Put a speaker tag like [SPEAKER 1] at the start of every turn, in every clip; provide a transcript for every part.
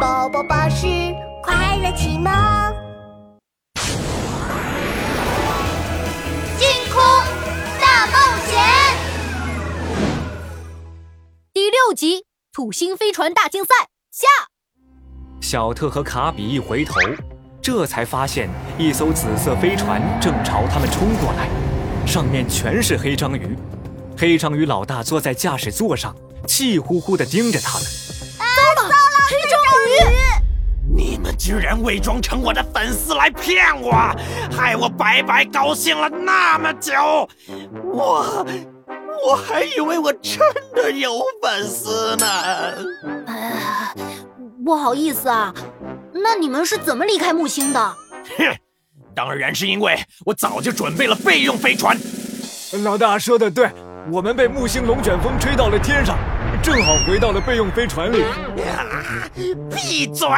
[SPEAKER 1] 宝宝巴士快乐启蒙。
[SPEAKER 2] 星空大冒险
[SPEAKER 3] 第六集土星飞船大竞赛下，
[SPEAKER 4] 小特和卡比一回头，这才发现一艘紫色飞船正朝他们冲过来，上面全是黑章鱼。黑章鱼老大坐在驾驶座上，气呼呼地盯着他们。
[SPEAKER 5] 你们居然伪装成我的粉丝来骗我，害我白白高兴了那么久。我我还以为我真的有粉丝呢。
[SPEAKER 3] 不好意思啊，那你们是怎么离开木星的？
[SPEAKER 5] 哼，当然是因为我早就准备了备用飞船。
[SPEAKER 4] 老大说的对，我们被木星龙卷风吹到了天上，正好回到了备用飞船里。
[SPEAKER 5] 啊！闭嘴！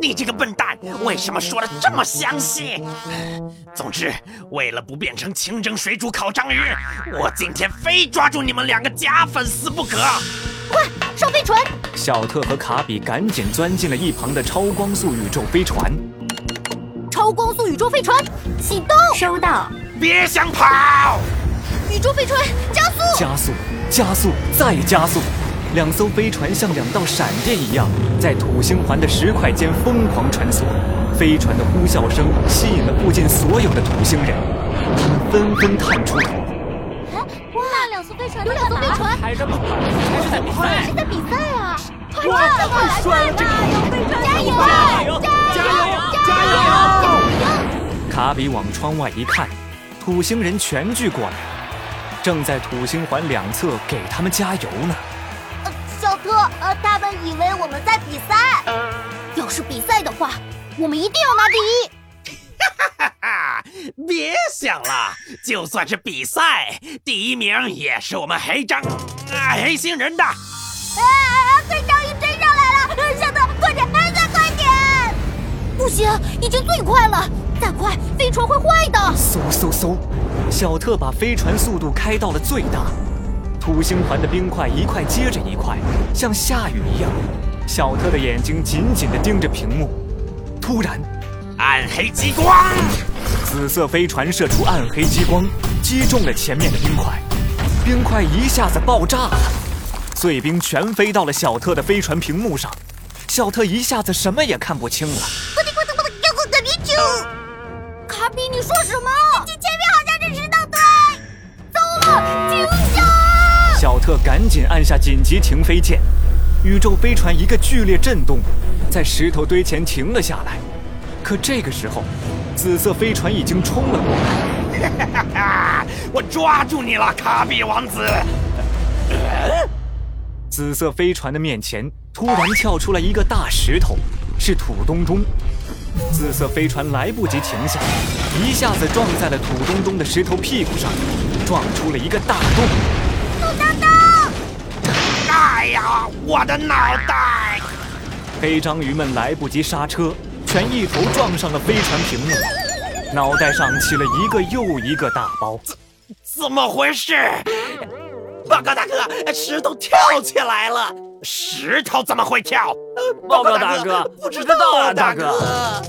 [SPEAKER 5] 你这个笨蛋，为什么说的这么详细？总之，为了不变成清蒸水煮烤章鱼，我今天非抓住你们两个假粉丝不可。
[SPEAKER 3] 上飞船！
[SPEAKER 4] 小特和卡比赶紧钻进了一旁的超光速宇宙飞船。
[SPEAKER 3] 超光速宇宙飞船启动，
[SPEAKER 1] 收到，
[SPEAKER 5] 别想跑！
[SPEAKER 3] 宇宙飞船加速！
[SPEAKER 4] 加速，加速，再加速！两艘飞船像两道闪电一样，在土星环的石块间疯狂穿梭。飞船的呼啸声吸引了附近所有的土星人，他们纷纷探出头。
[SPEAKER 2] 哇，那两艘飞船
[SPEAKER 3] 有两艘飞船，还是在比赛啊！快快快来快吧！有飞船，加油！加油！加油！
[SPEAKER 4] 卡比往窗外一看，土星人全聚过来，正在土星环两侧给他们加油呢。
[SPEAKER 2] 小特，呃，他们以为我们在比赛。
[SPEAKER 3] 要是比赛的话，我们一定要拿第一！
[SPEAKER 5] 啊！别想了，就算是比赛，第一名也是我们黑章啊黑星人的。
[SPEAKER 2] 啊，黑章鱼追上来了！小特，快点，哎再快点！
[SPEAKER 3] 不行，已经最快了，再快飞船会坏的。
[SPEAKER 4] 嗖嗖嗖！小特把飞船速度开到了最大，土星环的冰块一块接着一块，像下雨一样。小特的眼睛紧紧地盯着屏幕。突然，
[SPEAKER 5] 暗黑激光，
[SPEAKER 4] 紫色飞船射出暗黑激光，击中了前面的冰块，冰块一下子爆炸了，碎冰全飞到了小特的飞船屏幕上。小特一下子什么也看不清了。
[SPEAKER 2] 快点，快点，快点，给我个啤酒！
[SPEAKER 3] 卡比，你说什么？
[SPEAKER 2] 这前面好像是石头堆。糟了，停下！
[SPEAKER 4] 小特赶紧按下紧急停飞键，宇宙飞船一个剧烈震动，在石头堆前停了下来。可这个时候，紫色飞船已经冲了过来，
[SPEAKER 5] 啊！我抓住你了，卡比王子！
[SPEAKER 4] 紫色飞船的面前突然跳出来一个大石头，是土东东。紫色飞船来不及停下，一下子撞在了土东东的石头屁股上，撞出了一个大洞。
[SPEAKER 5] 哎呀，我的脑袋！
[SPEAKER 4] 黑章鱼们来不及刹车，全一头撞上了飞船屏幕，脑袋上起了一个又一个大包。
[SPEAKER 5] 怎么回事？报告大哥，石头跳起来了。石头怎么会跳？呃
[SPEAKER 4] 报告大哥
[SPEAKER 5] 不知道啊，
[SPEAKER 4] 不知道啊
[SPEAKER 5] 大哥。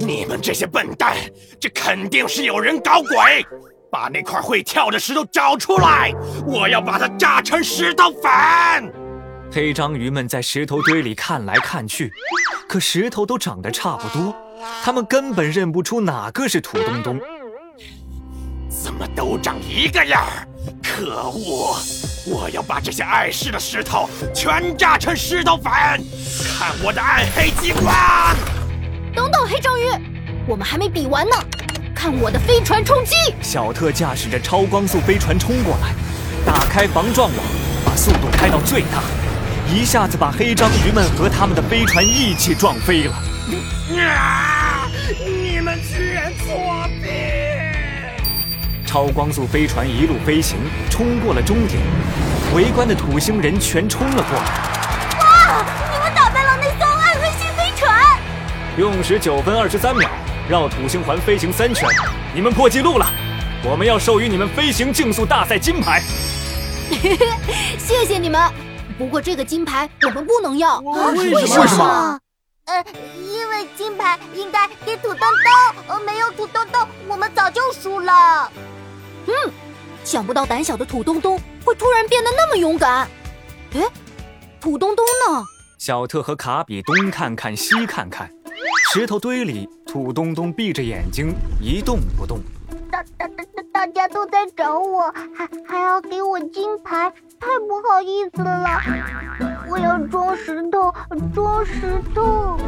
[SPEAKER 5] 你们这些笨蛋，这肯定是有人搞鬼！把那块会跳的石头找出来，我要把它炸成石头粉。
[SPEAKER 4] 黑章鱼们在石头堆里看来看去，可石头都长得差不多，他们根本认不出哪个是土东东。
[SPEAKER 5] 怎么都长一个样儿？可恶！我要把这些碍事的石头全炸成石头粉，看我的暗黑激光！
[SPEAKER 3] 等等，黑章鱼，我们还没比完呢，看我的飞船冲击！
[SPEAKER 4] 小特驾驶着超光速飞船冲过来，打开防撞网，把速度开到最大，一下子把黑章鱼们和他们的飞船一起撞飞了。
[SPEAKER 5] 啊！你们居然作弊！
[SPEAKER 4] 超光速飞船一路飞行，冲过了终点，围观的土星人全冲了过来。
[SPEAKER 2] 你们打败了那艘暗黑星飞船！
[SPEAKER 4] 用时九分二十三秒，绕土星环飞行三圈，你们破纪录了！我们要授予你们飞行竞速大赛金牌。
[SPEAKER 3] 谢谢你们，不过这个金牌我们不能要。啊
[SPEAKER 4] 为什么为什么？
[SPEAKER 2] 呃，因为金牌应该给土豆豆，呃，没有土豆豆，我们早就输了。嗯，想不到胆小的土东东会突然变得那么勇敢。哎，土东东呢？
[SPEAKER 4] 小特和卡比东看看西看看，石头堆里，土东东闭着眼睛一动不动。
[SPEAKER 2] 大大大大家都在找我，还还要给我金牌，太不好意思了。我要装石头，装石头。